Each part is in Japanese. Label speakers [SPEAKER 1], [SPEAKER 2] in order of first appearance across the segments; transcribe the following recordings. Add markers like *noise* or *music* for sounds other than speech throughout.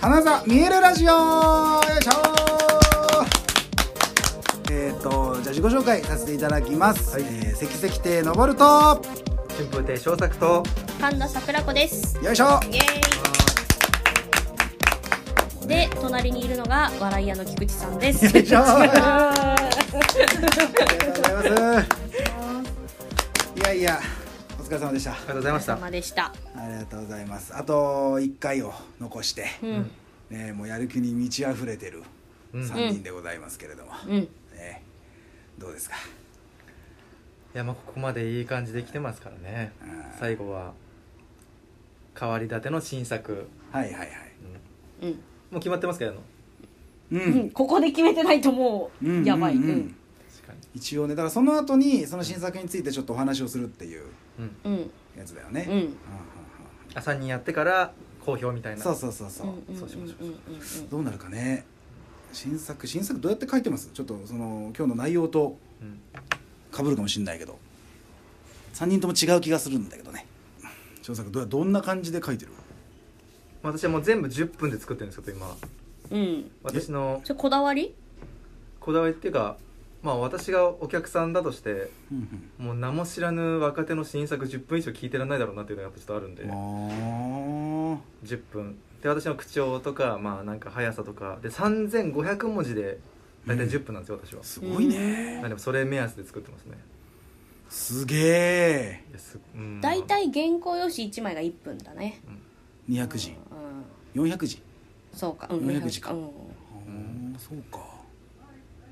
[SPEAKER 1] 花座見えるラジオよいしょーえっとじゃあ自己紹介させていただきます、
[SPEAKER 2] はい
[SPEAKER 1] えー、関関亭のぼると
[SPEAKER 2] 春風亭昇作と
[SPEAKER 3] 神田桜子です
[SPEAKER 1] よいしょ
[SPEAKER 3] イエーイで隣にいるのが笑い屋の菊池さんです
[SPEAKER 1] よいしょ
[SPEAKER 3] あ
[SPEAKER 1] ありがとうございますいやいやお疲れ様でした
[SPEAKER 2] ありがとうございま
[SPEAKER 3] ー
[SPEAKER 2] し
[SPEAKER 3] さ
[SPEAKER 2] た
[SPEAKER 3] までした
[SPEAKER 1] ありがとうございますあと1回を残して、
[SPEAKER 3] うん
[SPEAKER 1] ね、もうやる気に満ち溢れてる
[SPEAKER 2] うんい
[SPEAKER 1] 3人でございますけれども、
[SPEAKER 3] うん
[SPEAKER 1] ね、どうですか
[SPEAKER 2] やまあここまでいい感じで来てますからね最後は変わり立ての新作
[SPEAKER 1] はいはいはい
[SPEAKER 3] うん、
[SPEAKER 2] もう決まってますけど確
[SPEAKER 1] う
[SPEAKER 3] うん
[SPEAKER 1] ん、
[SPEAKER 3] ここで決めてないとも
[SPEAKER 1] うん
[SPEAKER 3] うやばい、
[SPEAKER 1] うんうん
[SPEAKER 3] うん
[SPEAKER 2] かに
[SPEAKER 1] 一応ねだからその後にその新作についてちょっとお話をするっていう
[SPEAKER 2] うん
[SPEAKER 3] うん
[SPEAKER 1] やつだよね、
[SPEAKER 3] うん
[SPEAKER 1] うんうん
[SPEAKER 2] あ3人やってから好評みたい
[SPEAKER 1] うん
[SPEAKER 2] な
[SPEAKER 1] そうそうそうそう、
[SPEAKER 3] うん
[SPEAKER 2] そうしましょう
[SPEAKER 3] うん
[SPEAKER 1] どうなるかね新作新作どうやって書いてますちょっとその今日の内容と
[SPEAKER 2] うん
[SPEAKER 1] 被るかもしれないけど3人とも違う気がするんだけどね小作どうどんな感じで書いてる
[SPEAKER 2] まあ私はもう全部10分で作ってるんですけど今
[SPEAKER 3] うんうんうん
[SPEAKER 2] 私の
[SPEAKER 3] それこだわり
[SPEAKER 2] こだわりっていうかまあ私がお客さんだとして
[SPEAKER 1] うん
[SPEAKER 2] もう名も知らぬ若手の新作10分以上聞いてらんないだろうなっていうのがやっぱちょっとあるんで
[SPEAKER 1] うんあ
[SPEAKER 2] 10分で私の口調とかまあなんか速さとかで3500文字で大体10分なんですよ、私は
[SPEAKER 1] ーすごいね
[SPEAKER 2] なんでもそれ目安で作ってますね
[SPEAKER 1] すげえ
[SPEAKER 2] いやすうん
[SPEAKER 3] 大体原稿用紙1枚が1分だね
[SPEAKER 1] 200字
[SPEAKER 3] うん
[SPEAKER 1] 400字
[SPEAKER 3] そうか、うん、
[SPEAKER 1] 400時間
[SPEAKER 3] うん
[SPEAKER 1] ああそうか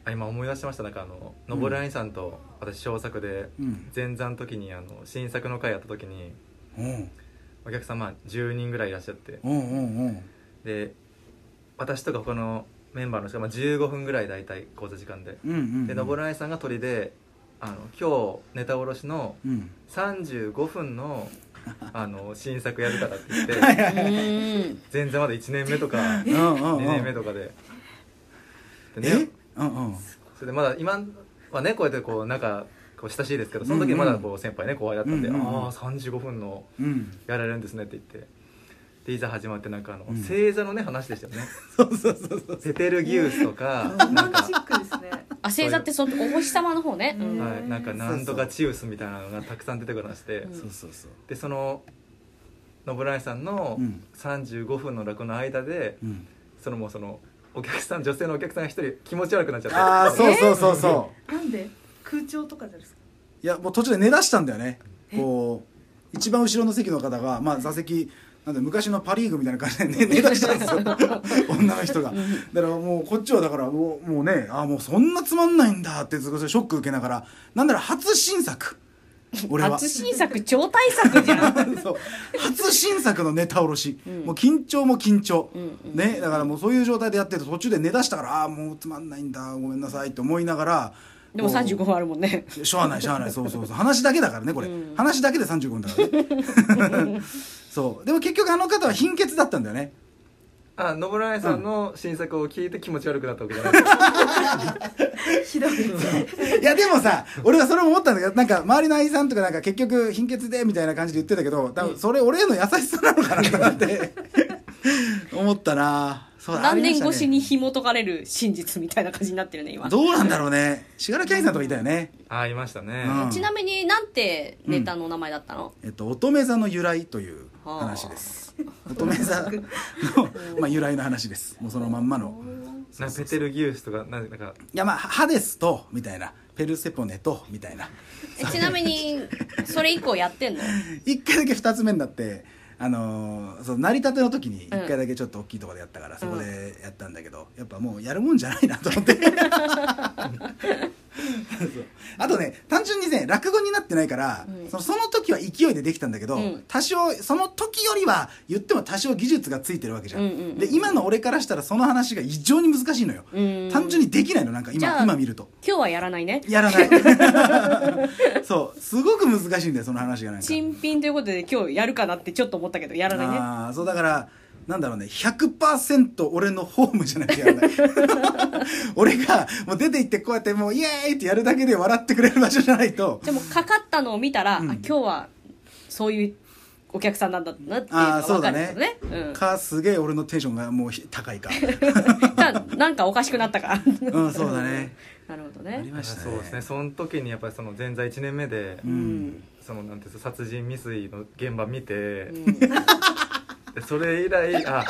[SPEAKER 2] あ今思い出してましたなんかあののぼるあいさんと私小作で
[SPEAKER 1] うん
[SPEAKER 2] 前座の時にあの新作の会やった時に
[SPEAKER 1] うん
[SPEAKER 2] お客様10人ぐらいいらっしゃって
[SPEAKER 1] うんうんうん
[SPEAKER 2] で私とか他のメンバーの人がまあ15分ぐらい大体講座時間で
[SPEAKER 1] うんうん
[SPEAKER 2] でのぼるあいさんが鳥であの今日ネタ卸しの
[SPEAKER 1] うん
[SPEAKER 2] 35
[SPEAKER 1] *laughs*
[SPEAKER 2] 分のあの新作やるからって言って
[SPEAKER 1] はいはいはい
[SPEAKER 4] *laughs*
[SPEAKER 3] うん
[SPEAKER 2] 前座まだ1年目とか2
[SPEAKER 1] うんうんうん
[SPEAKER 2] 年目とかででね
[SPEAKER 1] えうんうん
[SPEAKER 2] それでまだ今はねこうやってこうなんかこう親しいですけどその時まだこう先輩ね後輩だったんで、
[SPEAKER 1] うんうん
[SPEAKER 2] ああ35分の
[SPEAKER 1] うん
[SPEAKER 3] *laughs*
[SPEAKER 2] やられるんですねって言ってでいざ始まってなんかあの、
[SPEAKER 1] うん
[SPEAKER 2] 正座のね話でしたよ
[SPEAKER 1] *laughs*
[SPEAKER 2] ね
[SPEAKER 1] そうそうそうそう
[SPEAKER 2] セテルギウスとか
[SPEAKER 4] ロマ
[SPEAKER 2] なん
[SPEAKER 4] ンチッ
[SPEAKER 2] か
[SPEAKER 4] クですね。
[SPEAKER 3] あ星座ってそのお星様の方ね、う
[SPEAKER 4] うん
[SPEAKER 3] ん
[SPEAKER 2] はい、なんかなんとかチウスみたいなのがたくさん出てくるらして、
[SPEAKER 3] うん
[SPEAKER 1] そうそうそう
[SPEAKER 2] でその信成さんの
[SPEAKER 1] うん
[SPEAKER 2] 35分の落語の間で、
[SPEAKER 1] うん
[SPEAKER 2] そのもうそのお客さん女性のお客さんが一人気持ち悪くなっちゃって
[SPEAKER 1] ああそうそうそうそう
[SPEAKER 4] なんで空調とかじゃないですか。
[SPEAKER 1] いやもう途中で寝出したんだよねこう一番後ろの席の方が、まあ、座席なんだ昔のパ・リーグみたいな感じで *laughs* 寝寝出したんで
[SPEAKER 4] *laughs*
[SPEAKER 1] すよ女の人がだからもうこっちはだからもうもうねああもうそんなつまんないんだってすごいショック受けながらなんなら初新作俺はそ
[SPEAKER 3] 初新作超大作
[SPEAKER 1] *laughs*
[SPEAKER 3] じゃん
[SPEAKER 1] う初新作のネタおろし、
[SPEAKER 3] うん
[SPEAKER 1] もう緊張も緊張、
[SPEAKER 3] うんうん
[SPEAKER 1] ね、だからもうそういう状態でやってると途中で寝出したからああもうつまんないんだごめんなさいって思いながら
[SPEAKER 3] でも
[SPEAKER 1] こう
[SPEAKER 3] 35分あるもんね
[SPEAKER 1] しょうがないしょうがないそうそうそう話だけだからねこれ、
[SPEAKER 3] うん
[SPEAKER 1] 話だけで35分だから
[SPEAKER 3] *laughs*
[SPEAKER 1] ねそうでも結局あの方は貧血だったんだよね
[SPEAKER 2] あ信成さんの新作を聞いて気持ち悪くなったわけじゃないですか、
[SPEAKER 4] ひどい。
[SPEAKER 1] いやでもさ俺はそれも思ったんだけどなんか周りの愛さんとかなんか結局貧血でみたいな感じで言ってたけど多分それ俺への優しさなのかなって思ったなそうだ
[SPEAKER 3] 断
[SPEAKER 1] あ
[SPEAKER 3] 念
[SPEAKER 1] りま
[SPEAKER 3] 越
[SPEAKER 1] た
[SPEAKER 3] し
[SPEAKER 1] ね
[SPEAKER 3] に紐解かれる真実みたいな感じになってるね今
[SPEAKER 1] *laughs* どうなんだろうねしがらき愛さんとかいたよね
[SPEAKER 2] ああいましたね、
[SPEAKER 1] うん
[SPEAKER 3] ちなみになんてネタの名前だったの、
[SPEAKER 1] えっと、乙女座の由来という話です乙女座の、まあ、由来の話ですもうそのまんまの
[SPEAKER 2] なんかペテルギウスとかなんかなんか
[SPEAKER 1] いやまあハデスとみたいなペルセポネとみたいな
[SPEAKER 3] えちなみにそれ以降やってんの
[SPEAKER 1] 一回だけ二つ目になってあのーその成り立ての時に一
[SPEAKER 3] うん
[SPEAKER 1] 回だけちょっと大きいところでやったから、そこでやったんだけどやっぱもうやるもんじゃないなと
[SPEAKER 3] *laughs*
[SPEAKER 1] 思ってそうあとね単純にね落語になってないから、
[SPEAKER 3] うん
[SPEAKER 1] そのその時は勢いでできたんだけど、
[SPEAKER 3] うん
[SPEAKER 1] 多少その時よりは言っても多少技術がついてるわけじゃん,、
[SPEAKER 3] うんうんうん
[SPEAKER 1] で今の俺からしたらその話が異常に難しいのよ、
[SPEAKER 3] うん
[SPEAKER 1] 単純にできないのなんか
[SPEAKER 3] じゃ
[SPEAKER 1] 今
[SPEAKER 3] あ
[SPEAKER 1] 今見ると。
[SPEAKER 3] 今日はやらないね
[SPEAKER 1] やら
[SPEAKER 3] *laughs*
[SPEAKER 1] ないそうすごく難しいんだよその話がなんか
[SPEAKER 3] 新品ということで今日やるかなってちょっと思ったけどやらないね
[SPEAKER 1] あーそうだからなんだろうね100%俺のホームじゃなきゃやらない俺がもう出て行ってこうやってもうイエーイってやるだけで笑ってくれる場所じゃないと
[SPEAKER 3] でもかかったのを見たら、
[SPEAKER 1] うん
[SPEAKER 3] あ今日はそういうお客さんなんだなっていうの
[SPEAKER 1] あ
[SPEAKER 3] が
[SPEAKER 1] あそう
[SPEAKER 3] 分か
[SPEAKER 1] だ
[SPEAKER 3] るけ
[SPEAKER 1] ね
[SPEAKER 3] どねうん
[SPEAKER 1] かすげえ俺のテンションがもうひ高いか
[SPEAKER 3] じゃあなんかおかしくなったか
[SPEAKER 1] うんそうだね
[SPEAKER 3] *laughs* なるほど
[SPEAKER 1] あ
[SPEAKER 3] ね
[SPEAKER 1] りましたね
[SPEAKER 2] そうですねその時にやっぱりその前座1年目で、
[SPEAKER 1] う
[SPEAKER 3] うんん、
[SPEAKER 2] そのなんていうんですか殺人未遂の現場見て、
[SPEAKER 3] うん
[SPEAKER 2] でそれ以来あ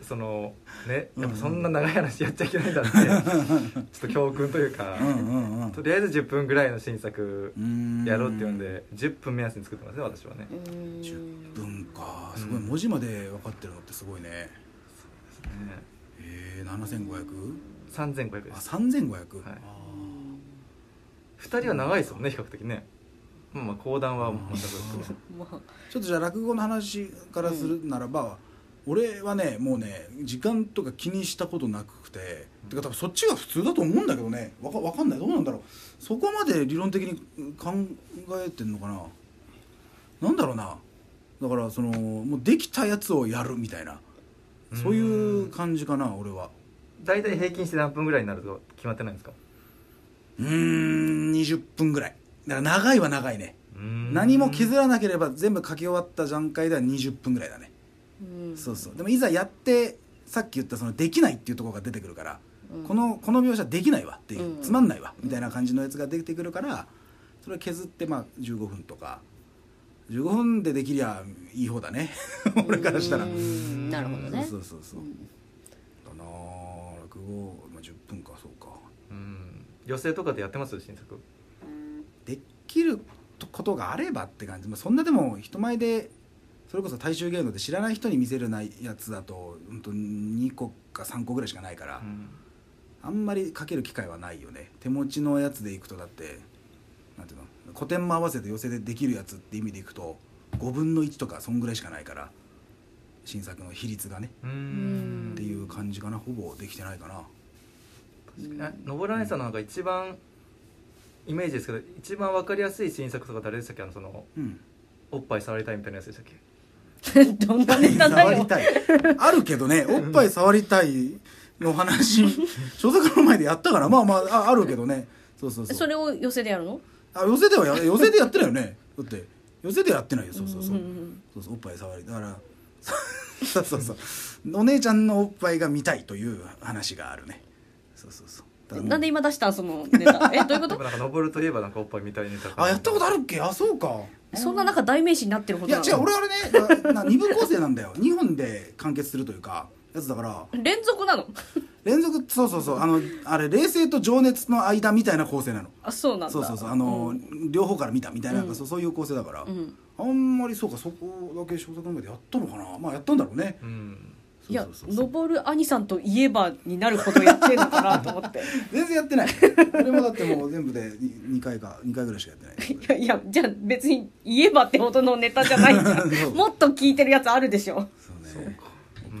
[SPEAKER 2] そのねやっぱそんな長い話やっちゃいけないん
[SPEAKER 1] *laughs*
[SPEAKER 2] だって、ちょっと教訓というか、
[SPEAKER 1] うんうんうん
[SPEAKER 2] とりあえず10分ぐらいの新作
[SPEAKER 1] うん
[SPEAKER 2] *laughs* やろうっていうんで10分目安に作ってますね私はね
[SPEAKER 3] うん
[SPEAKER 1] 10分かすごい
[SPEAKER 2] うん
[SPEAKER 1] 文字まで分かってるのってすごいねえー、7500?
[SPEAKER 2] 3500で
[SPEAKER 1] あ
[SPEAKER 2] す
[SPEAKER 1] 三3500、
[SPEAKER 2] はい
[SPEAKER 1] あ
[SPEAKER 2] 2人は長いですもんね比較的ねまあまあ講談はもう全く
[SPEAKER 3] まあ
[SPEAKER 1] ーちょっとじゃあ落語の話からするならば、俺はねもうね時間とか気にしたことなくて、てか多分そっちが普通だと思うんだけどねわかわかんないどうなんだろうそこまで理論的にうん考えてんのかななんだろうなだからそのもうできたやつをやるみたいなそういう感じかな俺は
[SPEAKER 2] 大体平均して何分ぐらいになると決まってないんですか
[SPEAKER 1] うーん20分ぐらいだから長いは長いね
[SPEAKER 2] うーん
[SPEAKER 1] 何も削らなければ全部書き終わった段階では20分ぐらいだね、
[SPEAKER 3] うん
[SPEAKER 1] そうそうでもいざやってさっき言ったそのできないっていうところが出てくるから、
[SPEAKER 3] うん
[SPEAKER 1] このこの描写できないわっていう、
[SPEAKER 3] うん
[SPEAKER 1] つまんないわみたいな感じのやつが出てくるからそれを削ってまあ15分とか15分でできりゃいい方だね *laughs* 俺からしたら、
[SPEAKER 3] うんなるほどね
[SPEAKER 1] そうそうそうそう、
[SPEAKER 3] うん
[SPEAKER 1] だなあ落語、まあ、10分かそうか
[SPEAKER 2] うん寄席とかでやってます新作
[SPEAKER 1] できることがあればって感じ、まあ、そんなでも人前でそれこそ大衆芸能で知らない人に見せるないやつだと本当2個か3個ぐらいしかないから、
[SPEAKER 2] うん
[SPEAKER 1] あんまりかける機会はないよね手持ちのやつでいくとだってなんていうの古典も合わせて寄せでできるやつって意味でいくと5分の1とかそんぐらいしかないから新作の比率がね
[SPEAKER 2] うーん
[SPEAKER 1] っていう感じかなほぼできてないかな
[SPEAKER 2] あ登らさんのなんか一番イメージですけど一番わかりやすい新作とか誰でしたっけあのその
[SPEAKER 1] うん
[SPEAKER 2] おっぱい触りたいみたいなやつでしたっけ
[SPEAKER 3] どんなネタだ
[SPEAKER 1] 触り
[SPEAKER 3] よ
[SPEAKER 1] たいあるけどねおっぱい触りたいの *laughs* 話所作の前でやったからまあまあああるけどねそうそうそう
[SPEAKER 3] それを寄せでやるの
[SPEAKER 1] あ寄せでは
[SPEAKER 3] *laughs*
[SPEAKER 1] や寄せでやってないよねだって寄せでやってないよそうそうそう,、
[SPEAKER 3] うんうんうん
[SPEAKER 1] そうそうおっぱい触りだから *laughs* そうそうそうお姉ちゃんのおっぱいが見たいという話があるねそうそうそうだからもう
[SPEAKER 3] なんで今出したんそのネ
[SPEAKER 1] *laughs*
[SPEAKER 3] タえどういう
[SPEAKER 2] で
[SPEAKER 3] こ
[SPEAKER 2] も
[SPEAKER 3] と
[SPEAKER 2] なんか登るといえばなんかおっぱいみたいに
[SPEAKER 1] あやったこと
[SPEAKER 2] あ
[SPEAKER 1] あるっけあそうか
[SPEAKER 3] そんな中代名詞になってるほ
[SPEAKER 1] い
[SPEAKER 3] ど
[SPEAKER 1] や
[SPEAKER 3] なの
[SPEAKER 1] 違う俺あれねなな二部構成なんだよ2本で完結するというかやつだから
[SPEAKER 3] 連続なの
[SPEAKER 1] 連続そうそうそうあのあれ冷静と情熱の間みたいな構成なの
[SPEAKER 3] あそうなんだ
[SPEAKER 1] そうそうそうあの、両方から見たみたいな、
[SPEAKER 3] うん
[SPEAKER 1] そうそういう構成だから、
[SPEAKER 3] うん
[SPEAKER 1] あんまりそうかそこだけ小作の前でやったのかなまあやったんだろうね
[SPEAKER 2] うん
[SPEAKER 1] そう
[SPEAKER 3] いや
[SPEAKER 1] そうそう
[SPEAKER 3] 登る兄さんといえばになることやってるのかなと思
[SPEAKER 1] *laughs*
[SPEAKER 3] って
[SPEAKER 1] 全然やってない俺もだってもう全部で2回か2回ぐらいしかやって
[SPEAKER 3] いやいやじゃあ別に言えばってほどのネタじゃないじゃ
[SPEAKER 1] *laughs* そうん
[SPEAKER 3] もっと聞いてるやつあるでしょ
[SPEAKER 1] ない
[SPEAKER 2] そ
[SPEAKER 1] おっ
[SPEAKER 2] うか
[SPEAKER 1] ぱい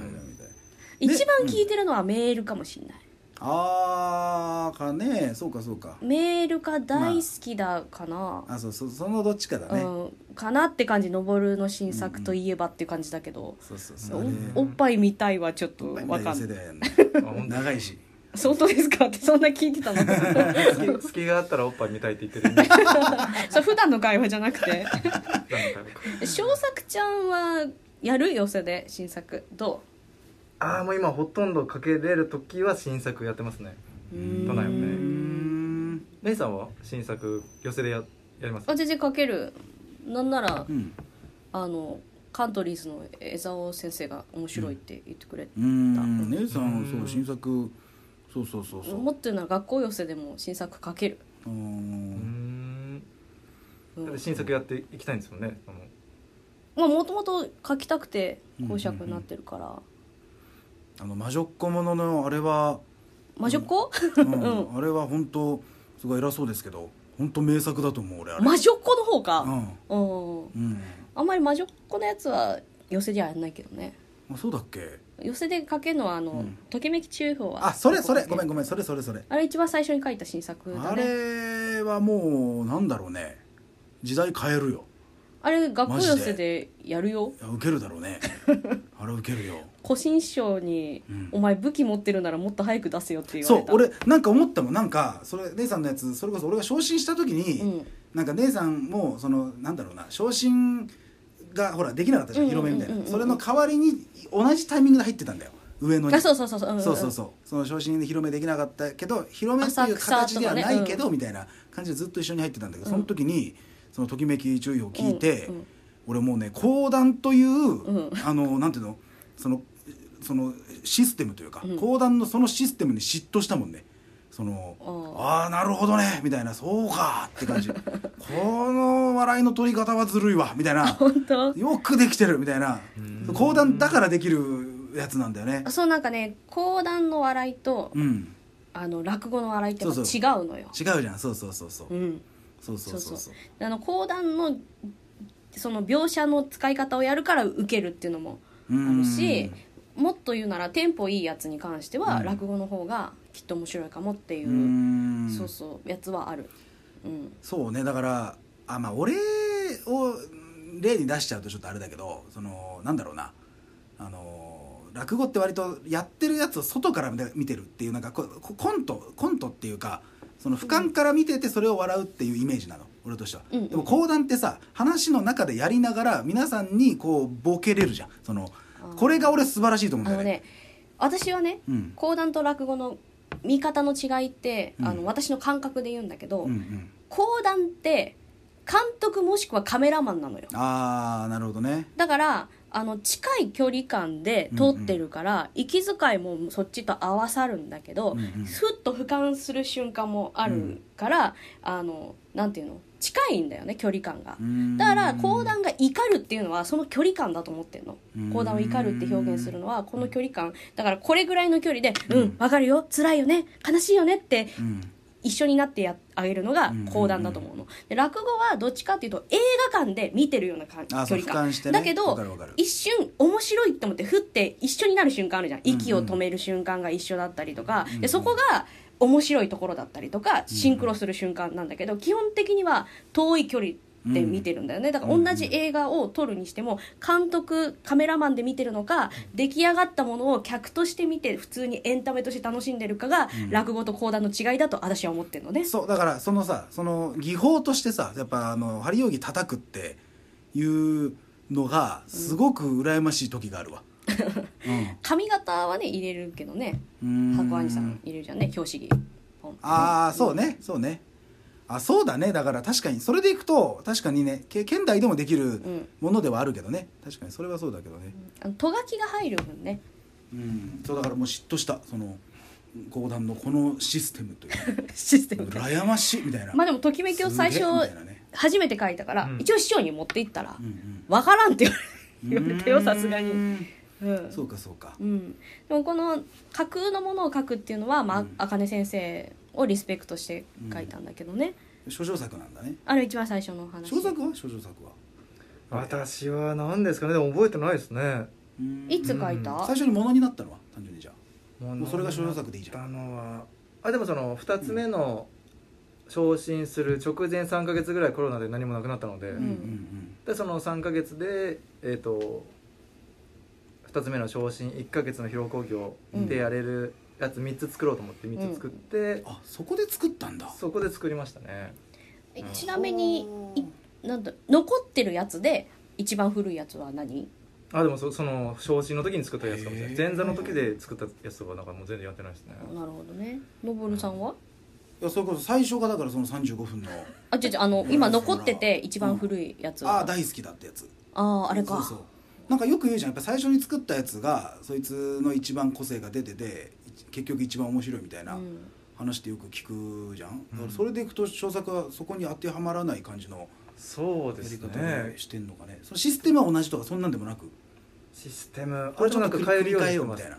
[SPEAKER 2] *laughs*
[SPEAKER 1] だみたい、
[SPEAKER 3] 一番聞いてるのはメールかもしんない、
[SPEAKER 1] あーかねそうかそうか
[SPEAKER 3] メールか大好きだかな、
[SPEAKER 1] あそうそうそのどっちかだね、
[SPEAKER 3] うんかなって感じ登るの新作といえばっていう感じだけど、
[SPEAKER 1] そうそう
[SPEAKER 2] うん
[SPEAKER 1] そうあれ
[SPEAKER 3] おおっぱい見たいはちょっと
[SPEAKER 1] おっぱいみた
[SPEAKER 3] わ
[SPEAKER 1] い
[SPEAKER 3] か
[SPEAKER 1] なん世
[SPEAKER 3] ない
[SPEAKER 1] 代やん
[SPEAKER 2] あ本当
[SPEAKER 1] な長いし
[SPEAKER 3] 相当ですかってそんな聞いてたの
[SPEAKER 1] *laughs*
[SPEAKER 2] 隙隙があったらおっぱい見たいって言ってるんで
[SPEAKER 3] それ普段の会話じゃなく
[SPEAKER 2] な
[SPEAKER 3] て
[SPEAKER 2] んか
[SPEAKER 3] 小作ちゃんはやる寄せで新作ど
[SPEAKER 2] ああもう今ほとんどかけれる時は新作やってますね
[SPEAKER 3] う
[SPEAKER 2] 都内
[SPEAKER 1] うー
[SPEAKER 2] もね
[SPEAKER 1] ん
[SPEAKER 2] レイさんは新作寄せでややります
[SPEAKER 3] あ全然書けるなんなら
[SPEAKER 1] うん
[SPEAKER 3] あのカントリーズの江澤先生が面白いって言ってくれて、
[SPEAKER 1] うーん姉さんそううん新作そうそうそうそう
[SPEAKER 3] 思ってるなら学校寄せでも新作書ける、
[SPEAKER 1] うー
[SPEAKER 2] うんん
[SPEAKER 3] う
[SPEAKER 2] だって
[SPEAKER 3] ん
[SPEAKER 2] 新作やっていきたいんですもんねその
[SPEAKER 3] まあもともと書きたくて講釈になってるから、
[SPEAKER 1] あの魔女っ子もののあれは、
[SPEAKER 3] 魔女っ子、 *laughs*
[SPEAKER 1] うん、あれは本当すごい偉そうですけど本当名作だと思う俺あれ、
[SPEAKER 3] 魔女っ子の方
[SPEAKER 1] う
[SPEAKER 3] か、
[SPEAKER 1] ん
[SPEAKER 3] う
[SPEAKER 1] う
[SPEAKER 3] ん
[SPEAKER 1] ん
[SPEAKER 3] あんまり魔女っ子のやつは寄せじゃやんないけどね
[SPEAKER 1] あそうだっけ
[SPEAKER 3] 寄せで書けるのはあの、
[SPEAKER 1] うん
[SPEAKER 3] ときめき注意報は
[SPEAKER 1] あそれそれごめん
[SPEAKER 3] ん
[SPEAKER 1] ごめんそれそれそれ
[SPEAKER 3] あれ一番最初に書いた新作だ
[SPEAKER 1] あ
[SPEAKER 3] ね
[SPEAKER 1] れはもうなんだろうね時代変えるよ
[SPEAKER 3] あれ学校
[SPEAKER 1] マジで
[SPEAKER 3] 寄せでやるよ
[SPEAKER 1] いやウケるだろう
[SPEAKER 3] *laughs*
[SPEAKER 1] ねあれウケるよ
[SPEAKER 3] 古新師匠に、
[SPEAKER 1] うん
[SPEAKER 3] お前武器持ってるならもっと早く出せよ」って言わ
[SPEAKER 1] そ
[SPEAKER 3] れ
[SPEAKER 1] う
[SPEAKER 3] た
[SPEAKER 1] 俺なんか思ったもんなんかそれ姉さんのやつそれこそ俺が昇進した時に、
[SPEAKER 3] うん
[SPEAKER 1] なんか姉さんもそのなんだろうな昇進がほらできなかったじゃん
[SPEAKER 3] うんうん
[SPEAKER 1] 広
[SPEAKER 3] うんう
[SPEAKER 1] め
[SPEAKER 3] ん
[SPEAKER 1] みたいなそれの代わりに同じタイミングで入ってたんだよ上野に
[SPEAKER 3] あそうそうそうそう,、うんん
[SPEAKER 1] そうそうそうその昇進で広めできなかったけど広めっていう形ではないけど、みたいな感じでずっと一緒に入ってたんだけど、
[SPEAKER 3] うん
[SPEAKER 1] その時にそのときめき注意を聞いて、
[SPEAKER 3] うんうん
[SPEAKER 1] 俺もうね講談という、
[SPEAKER 3] ん
[SPEAKER 1] あのなんていうのそのそのシステムというか、
[SPEAKER 3] うん
[SPEAKER 1] 講談のそのシステムに嫉妬したもんねそのあ
[SPEAKER 3] あ
[SPEAKER 1] あーなるほどねみたいなそうかって感じこの笑いの取り方はずるいわみたい
[SPEAKER 3] *laughs*
[SPEAKER 1] な
[SPEAKER 3] 本当
[SPEAKER 1] よくできてるみたいな
[SPEAKER 2] うん
[SPEAKER 1] 講談だからできるやつなんだよね
[SPEAKER 3] あそうなんかね講談の笑いと、
[SPEAKER 1] うん
[SPEAKER 3] あの落語の笑いってやっぱ
[SPEAKER 1] そう
[SPEAKER 3] 違
[SPEAKER 1] そう
[SPEAKER 3] うのよ
[SPEAKER 1] 違うじゃんそうそうそうそう、
[SPEAKER 3] うん
[SPEAKER 1] そうそうそうそ
[SPEAKER 3] そうあの講談のその描写の使い方をやるから受けるっていうのも
[SPEAKER 1] う
[SPEAKER 3] あ
[SPEAKER 1] ん
[SPEAKER 3] るしもっと言うならテンポいいやつに関して
[SPEAKER 1] う
[SPEAKER 3] は
[SPEAKER 1] ん
[SPEAKER 3] 落語の方がきっと面白いかもっていうう、
[SPEAKER 1] ん
[SPEAKER 3] そうそうやつはある、うん、
[SPEAKER 1] そうねだからあまあ俺を例に出しちゃうとちょっとあれだけどそのなんだろうなあの落語って割とやってるやつを外から見てるっていうなんかここコントコントっていうかその俯瞰から見ててそれを笑うっていうイメージなの俺としては、
[SPEAKER 3] うんうん
[SPEAKER 1] でも講談ってさ話の中でやりながら皆さんにこうボケれるじゃんその
[SPEAKER 3] あー
[SPEAKER 1] これが俺素晴らしいと思うん
[SPEAKER 3] あ
[SPEAKER 1] だ
[SPEAKER 3] の
[SPEAKER 1] よね
[SPEAKER 3] ね私はね
[SPEAKER 1] うん
[SPEAKER 3] 講談と落語の見方の違いって、あ
[SPEAKER 1] うん
[SPEAKER 3] の私の感覚で言うんだけど、
[SPEAKER 1] うんうん
[SPEAKER 3] 講談って監督もしくはカメラマンなのよ
[SPEAKER 1] ああなるほどね
[SPEAKER 3] だからあの近い距離感で撮ってるから、息遣いもそっちと合わさるんだけど、
[SPEAKER 1] うんうん
[SPEAKER 3] ふっと俯瞰する瞬間もあるから、あのなんていうの近いんだよね距離感が。だから講談が怒るっていうのはその距離感だと思ってんの
[SPEAKER 1] うん
[SPEAKER 3] 講談を怒るって表現するのはこの距離感だからこれぐらいの距離で「うんわかるよ辛いよね悲しいよね」って
[SPEAKER 1] うん
[SPEAKER 3] 一緒になってやあげるのが講談だと思うの、で落語はどっちかっていうと映画館で見てるような感
[SPEAKER 1] あー
[SPEAKER 3] 距
[SPEAKER 1] そう
[SPEAKER 3] 離
[SPEAKER 1] 俯
[SPEAKER 3] 感、
[SPEAKER 1] 瞰してね
[SPEAKER 3] だけど
[SPEAKER 1] わかるわかる
[SPEAKER 3] 一瞬面白いって思ってふって一緒になる瞬間あるじゃん
[SPEAKER 1] うん
[SPEAKER 3] 息を止める瞬間が一緒だったりとか、
[SPEAKER 1] うんう
[SPEAKER 3] で
[SPEAKER 1] ん
[SPEAKER 3] そこが面白いところだったりとかシンクロする瞬間なんだけど基本的には遠い距離で見てるんだよねだから同じ映画を撮るにしても監督カメラマンで見てるのか出来上がったものを客として見て普通にエンタメとして楽しんでるかが
[SPEAKER 1] ん
[SPEAKER 3] 落語と講談の違いだと私は思ってるのね。
[SPEAKER 1] そうだからそのさその技法としてさやっぱあの針扇叩くっていうのがすごく羨ましい時があ
[SPEAKER 3] *laughs*
[SPEAKER 1] るわ、
[SPEAKER 3] 髪型はね入れるけどね
[SPEAKER 1] うん
[SPEAKER 3] 白兄さん入れるじゃんね表紙着ポン
[SPEAKER 1] ああそうねそうねあそうだねだから確かにそれでいくと確かにねけ現代でもできる
[SPEAKER 3] ん
[SPEAKER 1] ものではあるけどね確かにそれはそうだけどね
[SPEAKER 3] あのとがきが入る分ね *laughs*
[SPEAKER 1] うんそうだからもう嫉妬したその講談のこのシステムというか
[SPEAKER 3] システムが
[SPEAKER 1] 羨ましいみたいな
[SPEAKER 3] まあでもときめきを最初
[SPEAKER 1] すげえみたいなね
[SPEAKER 3] 初めて書いたから、
[SPEAKER 2] うん
[SPEAKER 3] 一応師匠に持っていったら
[SPEAKER 1] うんうん
[SPEAKER 3] 「わからん」って言わ *laughs* れ言われたよさすが
[SPEAKER 1] う
[SPEAKER 3] に。
[SPEAKER 1] ん
[SPEAKER 3] うん
[SPEAKER 1] そうかそうか
[SPEAKER 3] うん、でもこの架空のものを書くっていうのは、まあ
[SPEAKER 1] うん
[SPEAKER 3] 茜先生をリスペクトして書いたんだけどね、
[SPEAKER 1] 諸女作なんだね
[SPEAKER 3] あれ一番最初の話
[SPEAKER 1] 小作は小女作は
[SPEAKER 2] 私は何ですかねでも覚えてないですね
[SPEAKER 3] いつ書いた、
[SPEAKER 2] う
[SPEAKER 1] 最初にものになったのは単純にじゃあ
[SPEAKER 2] も
[SPEAKER 1] もうそれが小作でいいじゃん
[SPEAKER 2] あのはあでもその2つ目の昇進する直前3か月ぐらいコロナで何もなくなったので、
[SPEAKER 3] う
[SPEAKER 1] うん
[SPEAKER 3] ん
[SPEAKER 2] でその3か月でえっ、と2つ目の昇進1か月の披露興行でやれるやつ3つ作ろうと思って3つ作って、
[SPEAKER 1] あそこで作ったんだ
[SPEAKER 2] そこで作りましたね
[SPEAKER 3] えちなみにいなんだ残ってるやつで一番古いやつは何
[SPEAKER 2] あでもそその昇進の時に作ったやつかもしれな
[SPEAKER 1] へ
[SPEAKER 2] い
[SPEAKER 1] ー
[SPEAKER 2] 前座の時で作ったやつとかなんかもう全然やってないですね
[SPEAKER 3] なるほどねのぼるさんはい
[SPEAKER 1] やそれこそ最初がだからその35分の
[SPEAKER 3] あ違う違うあの今残ってて一番古いやつは、
[SPEAKER 1] ああ大好きだってやつ
[SPEAKER 3] あーあれか
[SPEAKER 1] そうそうなんかよく言うじゃんやっぱ最初に作ったやつがそいつの一番個性が出てて結局一番面白いみたいな
[SPEAKER 3] うん
[SPEAKER 1] 話ってよく聞くじゃん、だから
[SPEAKER 2] うん
[SPEAKER 1] それでいくと小作はそこに当てはまらない感じの
[SPEAKER 2] そう
[SPEAKER 1] や
[SPEAKER 2] で
[SPEAKER 1] り
[SPEAKER 2] す
[SPEAKER 1] 方
[SPEAKER 2] ね
[SPEAKER 1] でしてんのかねそのシステムは同じとかそんなんでもなく
[SPEAKER 2] システム
[SPEAKER 1] これちょっ
[SPEAKER 2] あ
[SPEAKER 1] と
[SPEAKER 2] でも
[SPEAKER 1] 繰り
[SPEAKER 2] に
[SPEAKER 1] 返
[SPEAKER 2] し
[SPEAKER 1] よう
[SPEAKER 2] て
[SPEAKER 1] み
[SPEAKER 2] ま
[SPEAKER 1] た
[SPEAKER 2] す
[SPEAKER 1] いな
[SPEAKER 2] あ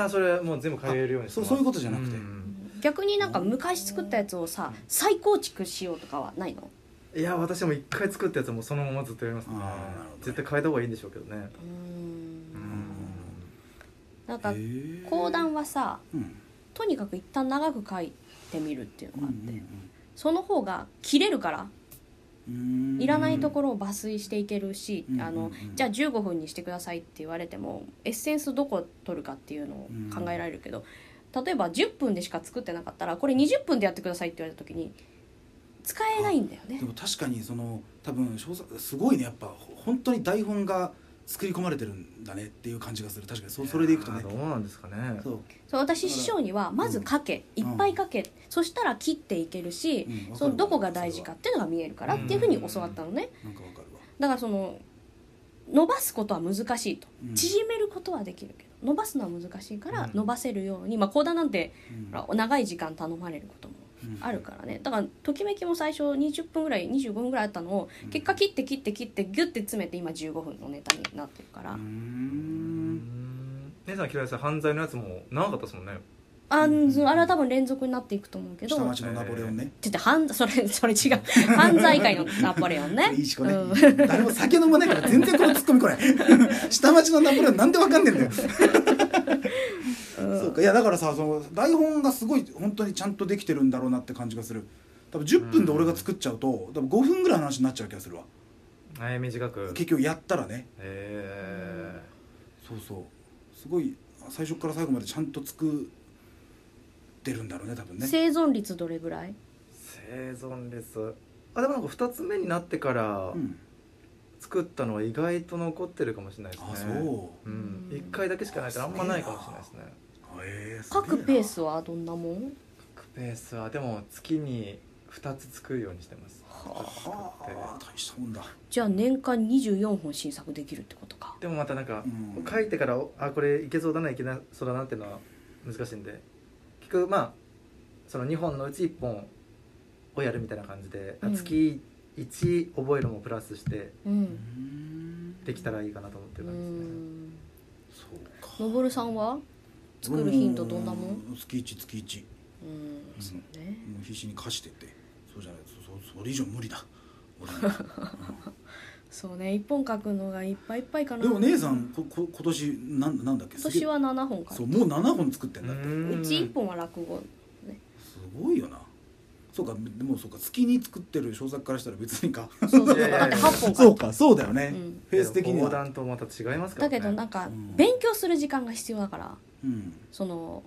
[SPEAKER 1] あ
[SPEAKER 2] あそれもう全部変えれるようにしてます
[SPEAKER 1] そうそういうことじゃなくて
[SPEAKER 2] うん
[SPEAKER 3] 逆になんか昔作ったやつをさ再構築しようとかはないの
[SPEAKER 2] いや私も一回作ったやつもそのままずっとやりますね
[SPEAKER 1] あーなるほど
[SPEAKER 2] 絶対変えた方がいいんでしょうけどね
[SPEAKER 3] うー
[SPEAKER 2] うんん
[SPEAKER 3] なん
[SPEAKER 1] あ
[SPEAKER 3] か講談はさ
[SPEAKER 1] うん
[SPEAKER 3] とにかく一旦長く書いてみるっていうのがあって、
[SPEAKER 1] うん
[SPEAKER 3] その方が切れるから
[SPEAKER 1] うんうん
[SPEAKER 3] いらないところを抜粋していけるし、
[SPEAKER 1] うん
[SPEAKER 3] あ
[SPEAKER 1] う
[SPEAKER 3] の
[SPEAKER 1] んうん
[SPEAKER 3] じゃあ15分にしてくださいって言われてもエッセンスどこ取るかっていうのを考えられるけど、例えば10分でしか作ってなかったらこれ20分でやってくださいって言われた時に使えないんだよね
[SPEAKER 1] でも確かにその多分小作すごいねやっぱほ本当に台本が作り込まれてるんだねっていう感じがする確かにそそれでいくとね
[SPEAKER 2] やーどうなんですかね
[SPEAKER 1] そう、
[SPEAKER 3] そう私師匠にはまず書け、
[SPEAKER 1] うん
[SPEAKER 3] いっぱい書け、そしたら切っていけるし、
[SPEAKER 1] うんわかる
[SPEAKER 3] そのどこが大事かっていうのが見えるからっていうふうに教わったのね、
[SPEAKER 1] なんかわかるわ
[SPEAKER 3] だからその伸ばすことは難しいと、
[SPEAKER 1] うん
[SPEAKER 3] 縮めることはできるけど伸ばすのは難しいから
[SPEAKER 2] うん
[SPEAKER 3] 伸ばせるように、まあ講談なんて
[SPEAKER 1] うん
[SPEAKER 3] ほら長い時間頼まれることもあるからねだからときめきも最初20分ぐらい25分ぐらいあったのを
[SPEAKER 1] うん
[SPEAKER 3] 結果切って切って切ってギュッて詰めて今15分のネタになってるから、
[SPEAKER 1] うー
[SPEAKER 2] うんん姉さん嫌いさ犯罪のやつも長かったですもんね
[SPEAKER 3] あ
[SPEAKER 1] うん
[SPEAKER 3] んあれは多分連続になっていくと思うけど
[SPEAKER 1] 下町のナポレオンね
[SPEAKER 3] ちょっと犯それ *laughs* それ違う犯罪界のナポレオンね
[SPEAKER 1] *laughs* いいしこね、
[SPEAKER 3] うん
[SPEAKER 1] 誰も酒飲まないから全然このツッコミこれ
[SPEAKER 3] *laughs*
[SPEAKER 1] 下町のナポレオンなんでわかんねえんだよそうかいやだからさその台本がすごい本当にちゃんとできてるんだろうなって感じがする多分10分で俺が作っちゃうと、多分5分ぐらいの話になっちゃう気がするわ、
[SPEAKER 2] え短く
[SPEAKER 1] 結局やったらね
[SPEAKER 2] え
[SPEAKER 1] そうそうすごい最初から最後までちゃんと作ってるんだろうね多分ね
[SPEAKER 3] 生存率どれぐらい
[SPEAKER 2] ー、生存率あでもなんか2つ目になってから
[SPEAKER 1] うん、
[SPEAKER 2] 作ったのは意外と残ってるかもしれないですね
[SPEAKER 1] あそう
[SPEAKER 2] うん、1回だけしかないからあんまないかもしれないですね
[SPEAKER 1] へえすげえな
[SPEAKER 3] 各ペースはどんなもん
[SPEAKER 2] 各ペースはでも月に2つ作るようにしてます
[SPEAKER 1] はあ大したもんだ
[SPEAKER 3] じゃあ年間24本新作できるってことか
[SPEAKER 2] でもまたなんか、
[SPEAKER 1] うん
[SPEAKER 2] 書いてからあこれいけそうだないけなそうだなっていうのは難しいんで結局まあその2本のうち1本をやるみたいな感じで、
[SPEAKER 3] うん
[SPEAKER 2] 月1覚えるのもプラスして
[SPEAKER 3] うん
[SPEAKER 2] できたらいいかなと思って
[SPEAKER 3] う
[SPEAKER 2] る感じですね
[SPEAKER 3] ん
[SPEAKER 1] そうか
[SPEAKER 3] のぼるさんは作る頻度どんなもん
[SPEAKER 1] う月一月一
[SPEAKER 3] うんそうね
[SPEAKER 1] もう必死に貸してってそうじゃないとそそれ以上無理だ俺には
[SPEAKER 3] *laughs* そうね一本書くのがいっぱいいっぱいかな
[SPEAKER 1] でも姉さんここ今年なんなんだっけ
[SPEAKER 3] 今
[SPEAKER 1] すげえ
[SPEAKER 3] 年は7本か
[SPEAKER 1] そうもう7本作ってんだって
[SPEAKER 2] うん
[SPEAKER 3] うち1本は落語
[SPEAKER 1] すごいよなそうかでもそうか月に作ってる小作からしたら別にか
[SPEAKER 3] そうそう
[SPEAKER 2] いやいやいや
[SPEAKER 3] だって8本
[SPEAKER 1] そう
[SPEAKER 3] か
[SPEAKER 1] かそうだよね、
[SPEAKER 3] うん
[SPEAKER 1] フェース的に
[SPEAKER 2] 横
[SPEAKER 1] は、
[SPEAKER 2] 断とまた違いますから
[SPEAKER 3] だ
[SPEAKER 2] ね
[SPEAKER 3] けどなんか
[SPEAKER 1] うん
[SPEAKER 3] 勉強する時間が必要だから
[SPEAKER 1] うん、
[SPEAKER 3] その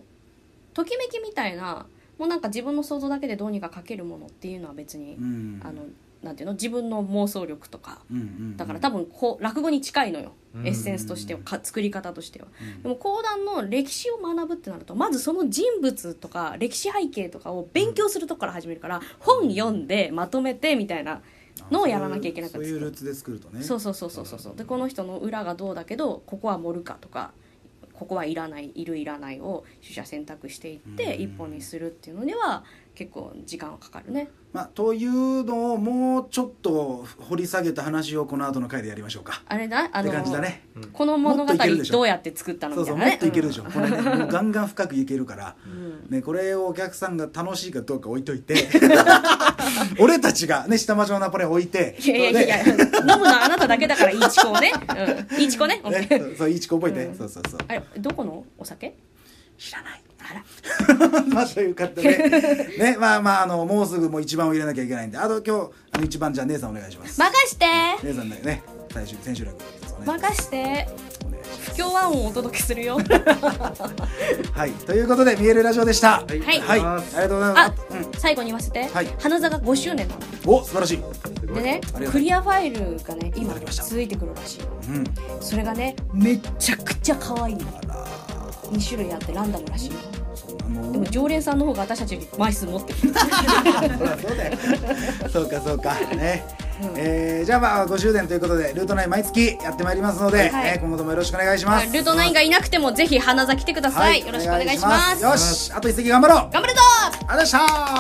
[SPEAKER 3] ときめきみたいなもうなんか自分の想像だけでどうにか書けるものっていうのは別に、
[SPEAKER 1] うん
[SPEAKER 3] あのなんていうの自分の妄想力とか
[SPEAKER 1] うんうん
[SPEAKER 3] だから多分こう落語に近いのよ、
[SPEAKER 2] うん
[SPEAKER 3] エッセンスとしてはか作り方としては。
[SPEAKER 1] うん
[SPEAKER 3] でも講談の歴史を学ぶってなるとまずその人物とか歴史背景とかを勉強するとこから始めるから、本読んでまとめてみたいなのをやらなきゃいけなく
[SPEAKER 1] そ
[SPEAKER 3] な
[SPEAKER 1] う
[SPEAKER 3] っ
[SPEAKER 1] い
[SPEAKER 3] て
[SPEAKER 1] うルーツで作るとね
[SPEAKER 3] そうそうそうそうそうそうでこの人の裏がどうだけどここは盛るかとかここはいらないいるいらないを取捨選択していって
[SPEAKER 1] うん
[SPEAKER 3] 一本にするっていうのには結構時間はかかるね
[SPEAKER 1] まあ、というのをもうちょっと掘り下げた話をこの後の回でやりましょうか
[SPEAKER 3] あれだあ
[SPEAKER 1] って
[SPEAKER 3] の
[SPEAKER 1] 感じだね
[SPEAKER 2] うん
[SPEAKER 3] この
[SPEAKER 1] も
[SPEAKER 3] 物語
[SPEAKER 1] っといけるでしょ
[SPEAKER 3] どうやって作ったの
[SPEAKER 1] そ
[SPEAKER 3] み
[SPEAKER 1] う
[SPEAKER 3] た
[SPEAKER 1] そ
[SPEAKER 3] いうな
[SPEAKER 1] もっ
[SPEAKER 3] ね
[SPEAKER 1] といけるでしょ、これねもうガンガン深くいけるから、
[SPEAKER 3] うん
[SPEAKER 1] ね、これをお客さんが楽しいかどうか置いといて
[SPEAKER 3] *laughs*
[SPEAKER 1] *laughs* 俺たちがね下町のナポレオン置いて
[SPEAKER 3] いやいやいやいや飲むのはあなただけだからいいチコを
[SPEAKER 1] *laughs*
[SPEAKER 3] ね、うん、いいチコね
[SPEAKER 1] ねねそうそういいチコ覚えて、
[SPEAKER 3] うん
[SPEAKER 1] そうそうそう *laughs*
[SPEAKER 3] あれどこのお酒
[SPEAKER 1] 知らない
[SPEAKER 3] あら
[SPEAKER 1] まあという方で、ね、まあまあ、あの、もうすぐもう一番を入れなきゃいけないんで、あと今日、あの一番じゃあ姉さんお願いします。
[SPEAKER 3] 任して
[SPEAKER 1] 姉さんだよね、最終、千秋楽ですよね。
[SPEAKER 3] 任して
[SPEAKER 1] お願いします。
[SPEAKER 3] 今日は音をお届けするよ
[SPEAKER 1] はい、ということで、見えるラジオでした。はい
[SPEAKER 3] はい
[SPEAKER 1] い、ありがとうございま
[SPEAKER 3] あ
[SPEAKER 1] す。うん、
[SPEAKER 3] 最後に言わせて、
[SPEAKER 1] はい
[SPEAKER 3] 花座が5周年なの
[SPEAKER 1] お、素晴らしい。
[SPEAKER 2] すごい
[SPEAKER 3] でね
[SPEAKER 1] ありがとう
[SPEAKER 3] クリアファイルがね今
[SPEAKER 1] いただきました
[SPEAKER 3] 続いてくるらしいの
[SPEAKER 1] うん、
[SPEAKER 3] それがねめっちゃくちゃ可愛いの2種類あってランダムらしいの
[SPEAKER 1] そうなの
[SPEAKER 3] でも常連さんの方が私たちより枚数持ってる
[SPEAKER 1] そりゃ *laughs* そうだよ。そうか、そうか、ね。えーじゃあまあ5周年ということでルートナイン毎月やってまいりますので、
[SPEAKER 3] はい
[SPEAKER 1] えー今後ともよろしくお願いします
[SPEAKER 3] ルートナインがいなくてもぜひ花座来てください、よろしくお願いします
[SPEAKER 1] よしあと一席頑張ろう
[SPEAKER 3] 頑張るぞ
[SPEAKER 1] ありがとうございました